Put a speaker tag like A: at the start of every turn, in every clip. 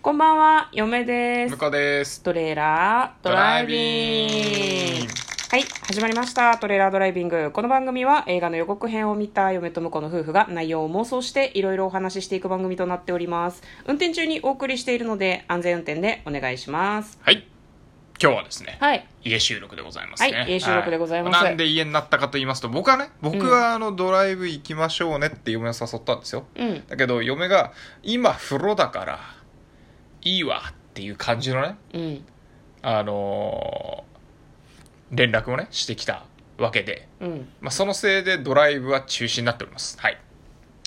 A: こんばんは、嫁です
B: 向。こうです
A: トレーラードライビング。はい、始まりました。トレーラードライビング。この番組は映画の予告編を見た嫁と婿の夫婦が内容を妄想していろいろお話ししていく番組となっております。運転中にお送りしているので安全運転でお願いします。
B: はい今日はですね、
A: はい。
B: 家収録でございますね
A: はい家収録でございます
B: なんで家になったかと言いますと僕はね僕はあのドライブ行きましょうねって嫁を誘ったんですよ、
A: うん。
B: だけど嫁が今風呂だからいいわっていう感じのね
A: うん。
B: あのー連絡をねしてきたわけで、
A: うん。
B: まあ、そのせいでドライブは中止になっておりますはい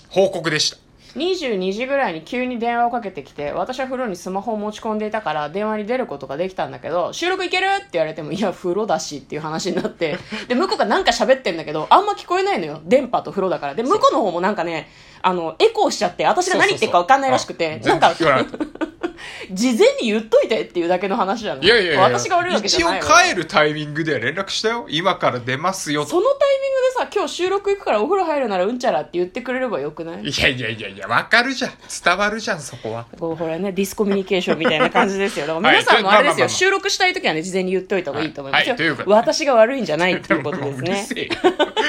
B: 報告でした
A: 22時ぐらいに急に電話をかけてきて私は風呂にスマホを持ち込んでいたから電話に出ることができたんだけど収録いけるって言われてもいや風呂だしっていう話になってで向こうがなんか喋ってんだけどあんま聞こえないのよ電波と風呂だからで向こうの方もなんかねあのエコーしちゃって私が何言ってるか分かんないらしくて
B: そうそうそうあ全然
A: な
B: 聞
A: ん
B: こ
A: か事前に言っといてっていうだけの話なの
B: いやいやいや
A: 私が悪いわけじゃない
B: 一
A: よ
B: 応帰るタイミングで連絡したよ今から出ますよ
A: そのタイミングでさ今日収録行くからお風呂入るならうんちゃらって言ってくれればよくない
B: いやいやいやいやわかるじゃん伝わるじゃんそこは
A: こうほらね、ディスコミュニケーションみたいな感じです よ。だから
B: はい
A: 皆さんもあれです
B: まあまあまあま
A: よ、
B: あ
A: 収録したい時はね、事前に言っといた方がいいと思いま
B: はい
A: す。
B: はいということで
A: 私が悪いんじゃないっていうこと
B: も
A: で
B: う
A: す
B: うる
A: ね
B: せ。えよ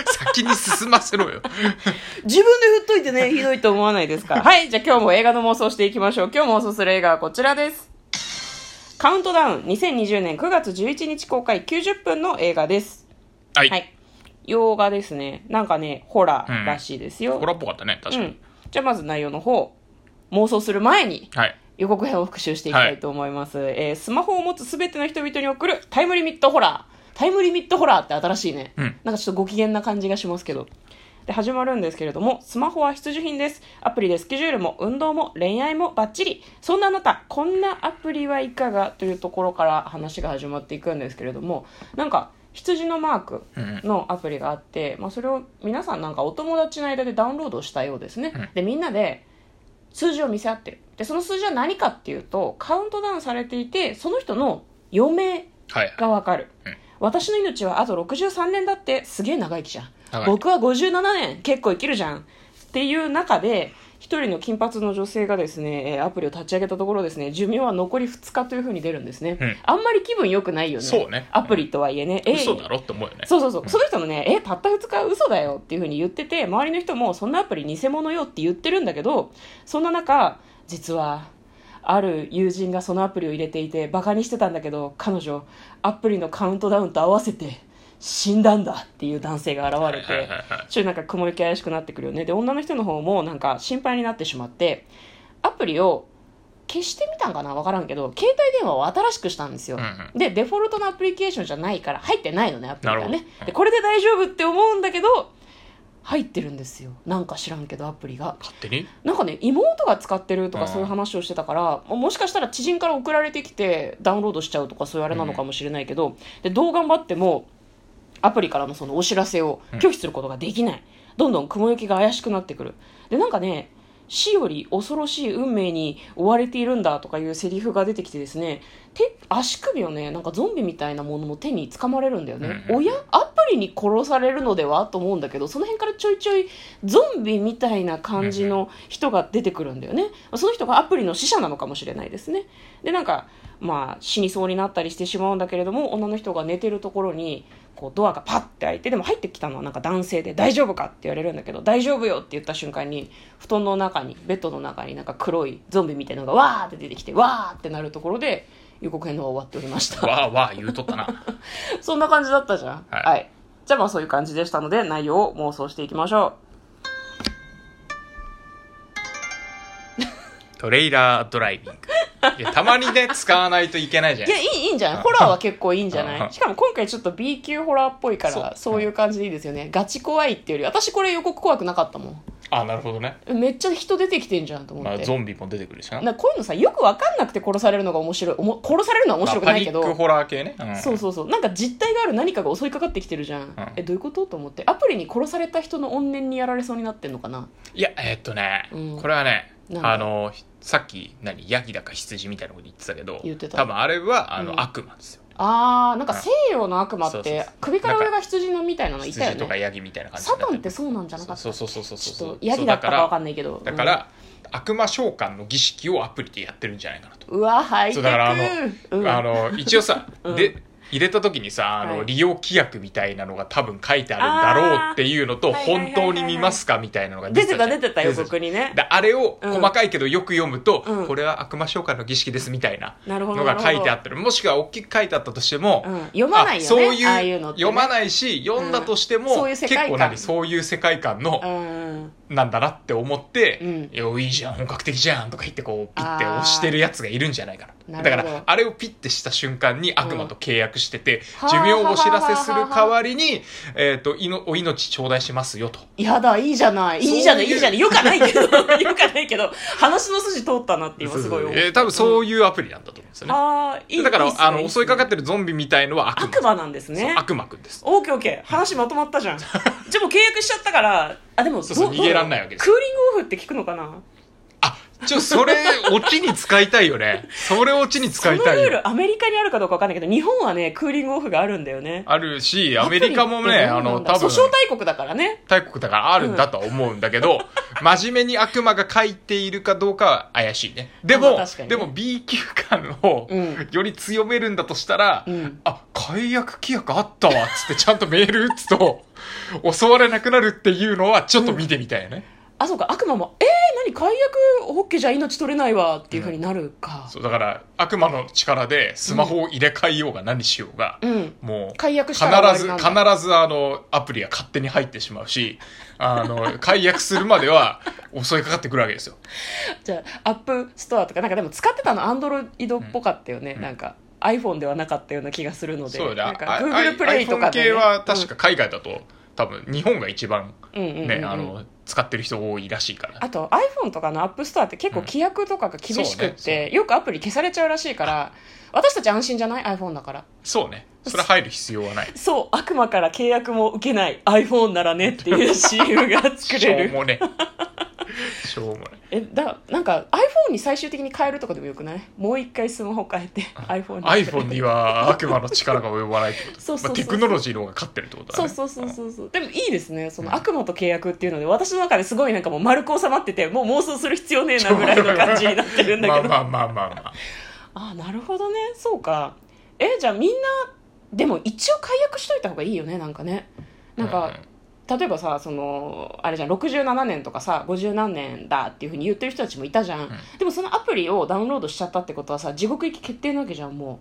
B: 先に進ませろよ
A: 自分で振っといてね、ひどいと思わないですから。はい、じゃあ今日も映画の妄想していきましょう。今日妄想する映画はこちらです。カウントダウン2020年9月11日公開90分の映画です。
B: はい、
A: はい。洋画ですね。なんかね、ホラーらしいですよ。
B: ホラーっぽかったね確
A: う
B: かに、
A: ん。じゃあまず内容の方、妄想する前に、
B: はい
A: 予告編を復習していきたいと思います、えースマホを持つすべての人々に送るタイムリミットホラータイムリミットホラーって新しいね、
B: うん
A: なんかちょっとご機嫌な感じがしますけどで始まるんですけれどもスマホは必需品ですアプリでスケジュールも運動も恋愛もバッチリそんなあなたこんなアプリはいかがというところから話が始まっていくんですけれどもなんか羊のマークのアプリがあって、まあ、それを皆さんなんかお友達の間でダウンロードしたようですね、
B: うん
A: でみんなで数字を見せ合ってるでその数字は何かっていうとカウントダウンされていてその人の余命
B: はい
A: がわかる、
B: うん
A: 私の命はあと63年だってすげえ長生きじゃん
B: 長い
A: 僕は57年結構生きるじゃんっていう中で一人の金髪の女性がですねえーアプリを立ち上げたところですね寿命は残り2日というふうに出るんですね、
B: うん
A: あんまり気分良くないよね
B: そうね
A: アプリとはいえね、え
B: 嘘だろって思うよね
A: そうそうそう、その人もね、え、たった2日嘘だよっていうふうに言ってて、周りの人もそんなアプリ偽物よって言ってるんだけど、そんな中、実は、ある友人がそのアプリを入れていて、バカにしてたんだけど、彼女、アプリのカウントダウンと合わせて、死んだんだっていう男性が現れ
B: はいはい
A: て
B: はいはい、
A: ちょっとなんか雲行き怪しくなってくるよね。で、女の人の方もなんか心配になってしまって、アプリを消してみたんかなわからんけど、携帯電話を新しくしたんですよ。
B: うんうん
A: でデフォルトのアプリケーションじゃないから入ってないのねアプリが
B: なる
A: ね
B: ほど
A: でこれで大丈夫って思うんだけど入ってるんですよなんか知らんけどアプリが
B: 勝手に
A: なんかね妹が使ってるとか
B: うん
A: そういう話をしてたから、もうもしかしたら知人から送られてきてダウンロードしちゃうとかそういうあれなのかもしれないけど、でどう頑張ってもアプリからのそのお知らせを拒否することができない、どんどん雲行きが怪しくなってくるでなんかね死より恐ろしい運命に追われているんだとかいうセリフが出てきてですね手足首をねなんかゾンビみたいなものの手に掴まれるんだよね、
B: うんうん
A: おやアプリに殺されるのではと思うんだけどその辺からちょいちょいゾンビみたいな感じの人が出てくるんだよねその人がアプリの死者なのかもしれないですねでなんかまあ死にそうになったりしてしまうんだけれども女の人が寝てるところにこうドアがパッて開いてでも入ってきたのはなんか男性で「大丈夫か?」って言われるんだけど「大丈夫よ」って言った瞬間に布団の中にベッドの中になんか黒いゾンビみたいなのがわーって出てきてわーってなるところで予告編の方は終わっておりました
B: わーわー言うとっ たな
A: そんな感じだったじゃん。は。
B: はいい
A: じゃあまあそういう感じでしたので、内容を妄想していきましょ
B: トレイラードライビングいやたまにね使わないといけないじゃ
A: う。
B: ん
A: いや、いい、いいんじゃないホラーは結構いいんじゃな
B: う
A: い
B: ん
A: しかも今回ちょっと B 級ホラーっぽいか
B: そう
A: ら、そういう感じでいいですよね。ガチ怖いっていうより、私これ予告怖くなかったも
B: あなるほどね、
A: ん。めっちゃ人出てきてんじゃんと思
B: ま
A: っ
B: あ、
A: て。
B: ゾンビも出てくるしな
A: なんかこういうのさ、よくわかんなくて殺されるのが面白い。おも殺されるのは面白く
B: まあ
A: ないけど。
B: パニックホラー系ね、うん
A: そうそうそうなんか実体がある何かが襲いかかってきてるじゃん、
B: ん
A: えどういうことと思ってアプリに殺された人の怨念にやられそうになってんのかない
B: やえーっとね、
A: うん
B: これはね
A: なんだ
B: あのさっき何ヤギだか羊みたいなこと言ってたけど
A: 言ってた
B: 多分あれはあの、
A: うん
B: 悪魔ですよ
A: あーなんか西洋の悪魔
B: そ
A: っ
B: うそう
A: て
B: そう
A: 首から上が羊のみたいなのいたよ
B: 羊とか
A: ね
B: ヤギみたいな感じ
A: サ
B: にな
A: タンっててそうなんじゃ
B: る
A: なかった
B: そうそうそうそう
A: ち
B: そ
A: ょ
B: う
A: っとヤギだったかわか
B: そ
A: んないけど
B: うだからだから、悪魔召喚の儀式をアプリでやってるんじゃないかなと、
A: うんうわハイテ
B: そう
A: ク
B: だからあの
A: うん
B: あの一応さ、
A: うん
B: で入れた時にさあの、
A: はい
B: 利用規約みたいなのが多分書いてあるんだろうっていうのと
A: あーはいはいはいは
B: 本
A: い
B: 当に見ますかみたいなのが
A: 出てた
B: じゃ
A: 出
B: ん
A: てた予
B: 出て
A: 告にね
B: であれを
A: うん
B: 細かいけどよく読むと、
A: うん
B: これは悪魔召喚の儀式ですみたいな
A: なるほど
B: のが書いてあったりもしくは大きく書いてあったとしても、
A: うん読まないよね
B: あそういう
A: ああいうのってね
B: 読まないし読んだとしても、
A: うんそういう世界観
B: 結構何そういう世界観の、
A: うん
B: なんだなって思って「
A: うん
B: いやいいじゃん本格的じゃん」とか言ってこうピッて押してるやつがいるんじゃないかな
A: あー
B: だか
A: なるほ
B: ら
A: ど
B: あれをピッてした瞬間に悪魔と契約してて、
A: うん
B: 寿命をお知らせする代わりに、えー、といのお命頂戴しますよと。
A: やだいいじゃないいいじゃない
B: そういう
A: いいじゃないよかない けどよかないけど話の筋通ったなって今すごい思う
B: えー多分そういうアプリなんだと思うんですよね。
A: ああいい
B: だから
A: いいっすね
B: あの襲いかかってるゾンビみたいのは悪魔
A: 悪魔なんです
B: そう
A: ね
B: 悪魔くんです
A: オーケーオーケー話まとまった じゃんじゃあもう契約しちゃったからあでも
B: そうそう
A: ど
B: 逃げらんないわけです
A: クーリングオフって聞くのかな
B: あちょそれオチに使いたいよねそれオチに使いた
A: その
B: い
A: ルー
B: よ
A: ルアメリカにあるかどうかわかんないけど日本はねクーリングオフがあるんだよね
B: あるしアメリカもね
A: ア
B: あ
A: プリってどうな
B: の
A: んだ
B: 多分
A: 訴訟大国だからね
B: 大国だからあるんだとは思うんだけど、真面目に悪魔が書いているかどうかは怪しいねで
A: まあ
B: も、
A: 確かにね
B: でも B 級感を
A: うん
B: より強めるんだとしたら、
A: うん
B: あ解約規約あったわっつってちゃんとメール打つと襲われなくなるっていうのはちょっと見てみたいよね、
A: あそうか悪魔も「えー、何解約オッケーじゃ命取れないわ」っていうふうになるか
B: そうだから悪魔の力でスマホを入れ替えようが何しようが、
A: うん、
B: もう
A: 解約し
B: 必
A: たら終
B: ず
A: わ
B: 必
A: りなんだ
B: ずあのアプリが勝手に入ってしまうし あの解約するまでは襲いかかってくるわけですよ
A: じゃあアップストアとかなんかでも使ってたのアンドロイドっぽかったよね、
B: ん
A: なんか iPhone ではなかったような気がするので
B: そう
A: な
B: だ
A: んか
B: あ
A: Google プレイとか
B: iPhone
A: で、ね、
B: 系は確か海外だと、多分日本が一番
A: うん、うんうん
B: ね、
A: うんうん
B: あの使ってる人多いらしいから
A: あと iPhone とかのアップストアって結構規約とかが厳しくっ
B: うんそうね
A: て、よくアプリ消されちゃうらしいから私たち安心じゃない iPhone だから
B: そうねそれ入る必要はない
A: そう悪魔から契約も受けない iPhone なら ねっていう CM が作
B: しょ
A: れる
B: うも ねしょうもね
A: えだなんか iPhone に最終的に変えるとかでもよくないもう一回スマホ変えて iPhone に
B: iPhone には悪魔の力が及ばないってこと
A: そうそうそうそう
B: まあテクノロジーの方が勝ってるってことだ
A: そう
B: ね
A: そうそう
B: う
A: そうそうでもいいですねその悪魔と契約っていうので私の中ですごいなんかもう丸く収まっててもう妄想する必要ねえなぐらいの感じになってるんだけど
B: まあまあまあまあまあ
A: あなるほどねそうかえじゃあみんなでも一応解約しといた方がいいよねなんかねなんか、例えばさそのあれじゃん67年とかさ50何年だっていうふうに言ってる人たちもいたじゃん、でもそのアプリをダウンロードしちゃったってことはさ地獄行き決定なわけじゃんも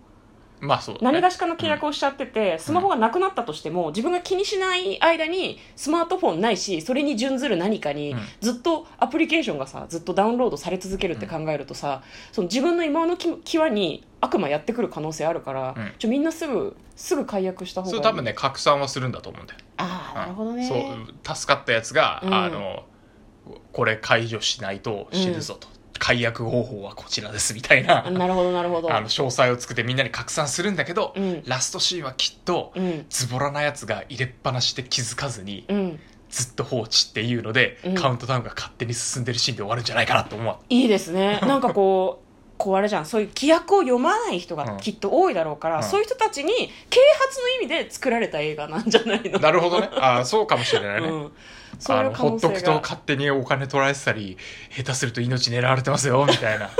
B: うんまあそう
A: う
B: だね
A: 何がしかの契約をしちゃってて、スマホがなくなったとしても自分が気にしない間にスマートフォンないしそれに準ずる何かに、
B: うん
A: ずっとアプリケーションがさずっとダウンロードされ続けるって考えるとさ、その自分の今のき際に悪魔やってくる可能性あるから、
B: うん
A: ちょみんなすぐすぐ解約した方がい
B: そ
A: い
B: れ多分ね拡散はするんだと思うんだよ
A: ああなるほどね、
B: そう助かったやつが、
A: うん
B: あのこれ解除しないと死ぬぞと、解約方法はこちらですみたいなあの
A: なるほどなるほど
B: 詳細を作ってみんなに拡散するんだけど、
A: うん
B: ラストシーンはきっと、
A: うん
B: ズボラなやつが入れっぱなしで気づかずに、
A: うん
B: ずっと放置っていうので、
A: うん
B: カウントダウンが勝手に進んでるシーンで終わるんじゃないかなと思う
A: いいです ねなんかこうこうあれじゃんそういう規約を読まない人がきっと多いだろうから、
B: うん
A: そういう人たちに啓発の意味で作られた映画なんじゃないの
B: なるほどねあーそうかもしれないね、
A: うん、そう
B: あ
A: いう
B: の
A: 可
B: ほ
A: 能
B: っと
A: 性
B: くと
A: が
B: 勝手にお金取られてたり下手すると命狙われてますよみた いな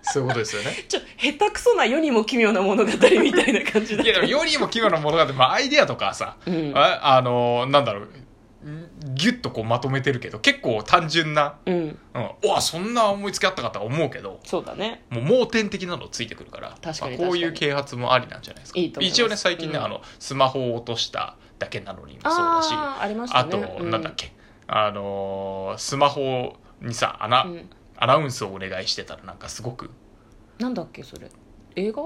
B: そういうことですよね
A: ちょ下手くそな世にも奇妙な物語みたいな感じだ
B: いやでもよりも奇妙なものがあって、まあ、アイデアとかさ、
A: うん
B: ああのなんだろうんギュッとこうまとめてるけど結構単純な、
A: うん
B: うん、うわそんな思いつきあったかとは思うけど
A: そうだね
B: もう盲点的なのついてくるから
A: 確かに
B: まあこういう
A: 確か
B: 啓発もありなんじゃないですか
A: いいと思います
B: 一応ね最近ね、
A: うん
B: あのスマホを落としただけなのにもそうだし
A: あ
B: あ,、
A: あーありましたね
B: と、なんだっけあのースマホにさアナ,、
A: うんうん
B: アナウンスをお願いしてたらなんかすごく
A: なんだっけそれ映画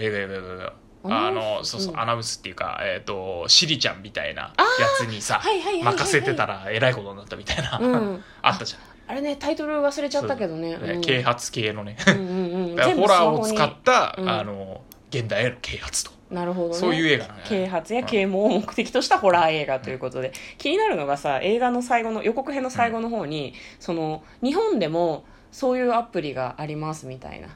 B: いやいやいやいやいや
A: アナ
B: あ
A: ウ
B: の
A: ンス
B: そうそう、
A: うん
B: アナウンスっていうか、えっとシリちゃんみたいなやつにさ、
A: はいはいはいはいはい
B: 任せてたらえらいことになったみたいな、
A: うん
B: あったじゃん
A: あれねタイトル忘れちゃったけどね
B: ね
A: うん
B: 啓発系のね、
A: うんうんうん
B: だから
A: 全部
B: ホ
A: スマ
B: ラー
A: ホ
B: を
A: に
B: 使った、
A: うん
B: あの現代への啓発と、
A: なるほどね
B: そういう映画なんだよね
A: 啓発や啓蒙を目的としたホラー映画ということで、気になるのがさ映画の最後の予告編の最後の方に、その日本でもそういうアプリがありますみたいな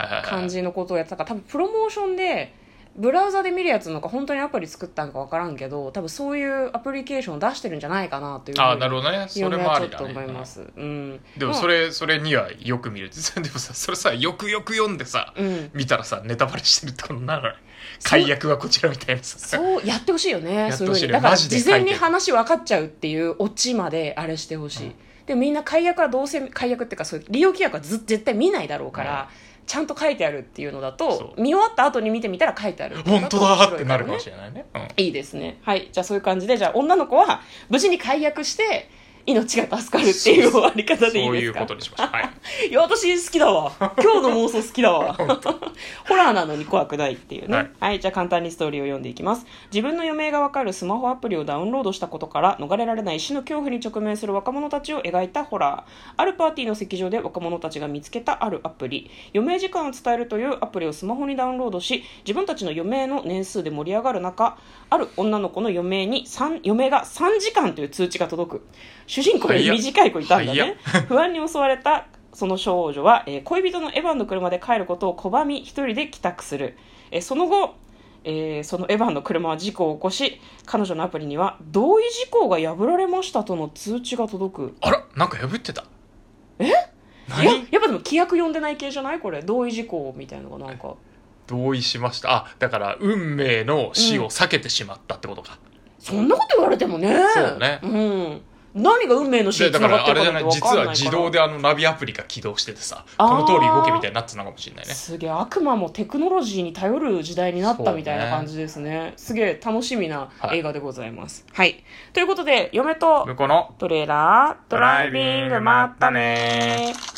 B: はいはいはい
A: 感じのことをやってたから多分プロモーションでブラウザで見るやつなんか本当にアプリ作ったんか分からんけど多分そういうアプリケーションを出してるんじゃないかなという
B: ああなるほどね
A: よ
B: そうれ
A: な
B: もあ
A: はちょっ
B: りだ
A: と
B: ね
A: 思います、うん、
B: でもそれそれにはよく見る でもさそれさよくよく読んでさ
A: うん
B: 見たらさネタバレしてるってことにならない解約はこちらみたいなさ
A: そう やってほしいよね
B: やって
A: そういう
B: ほし
A: ふ
B: いう
A: に
B: ね
A: だから
B: マジで書い
A: 事
B: てる
A: 前に話分かっちゃうっていうオチまであれしてほしい、
B: うん
A: でもみんな解約はどうせ解約っていうかそういう利用規約はず絶対見ないだろうから、ちゃんと書いてあるっていうのだと
B: そう
A: 見終わった後に見てみたら書いてある
B: 本当だってなるか
A: ね
B: もしれないね、うん
A: いいですねはいじゃあそういう感じでじゃあ女の子は無事に解約して命が助かるっていう終わり方でいい
B: そうい
A: です
B: う
A: か
B: ことにしましょ うはい
A: いや私好きだわ今日の妄想好きだわホラーなのに怖くないっていうねは
B: はいい、
A: じゃあ簡単にストーリーを読んでいきます自分の余命がわかるスマホアプリをダウンロードしたことから逃れられない死の恐怖に直面する若者たちを描いたホラーあるパーティーの席上で若者たちが見つけたあるアプリ余命時間を伝えるというアプリをスマホにダウンロードし自分たちの余命の年数で盛り上がる中ある女の子の余命に3余命が3時間という通知が届く主人公より短い子いたんだ
B: 早
A: ね
B: っ
A: 不安に襲われたその少女は、えー恋人のエヴァンの車で帰ることを拒み一人で帰宅する、えーその後、えーそのエヴァンの車は事故を起こし彼女のアプリには同意事項が破られましたとの通知が届く
B: あらなんか破ってたえ
A: いやや
B: 何
A: っぱでも規約読んでない系じゃないこれ同意事項みたいのがなんか
B: 同意しましたあだから運命の死を避けてしまったってことか、
A: そんなこと言われてもね
B: そうね
A: うん、何が運命の死
B: で
A: に
B: だ
A: つ
B: か
A: ながっ
B: ら
A: て
B: あ
A: る
B: れじ
A: か
B: ゃな
A: ないんて分
B: 実
A: かんないから
B: は自動であのナビアプリが起動しててさこ
A: あー
B: の通り動けみたいになってたのかもしれないね
A: すげえ悪魔もテクノロジーに頼る時代になったみたいな感じですねすげえ楽しみな映画でございますはい、ということで嫁と
B: 向こうの
A: トレーラード
B: ド
A: ラ
B: ラ
A: イ
B: イ
A: ビ
B: ビ
A: ン
B: ン
A: グ
B: グ
A: ま
B: ま
A: っ
B: ったた
A: ね
B: ね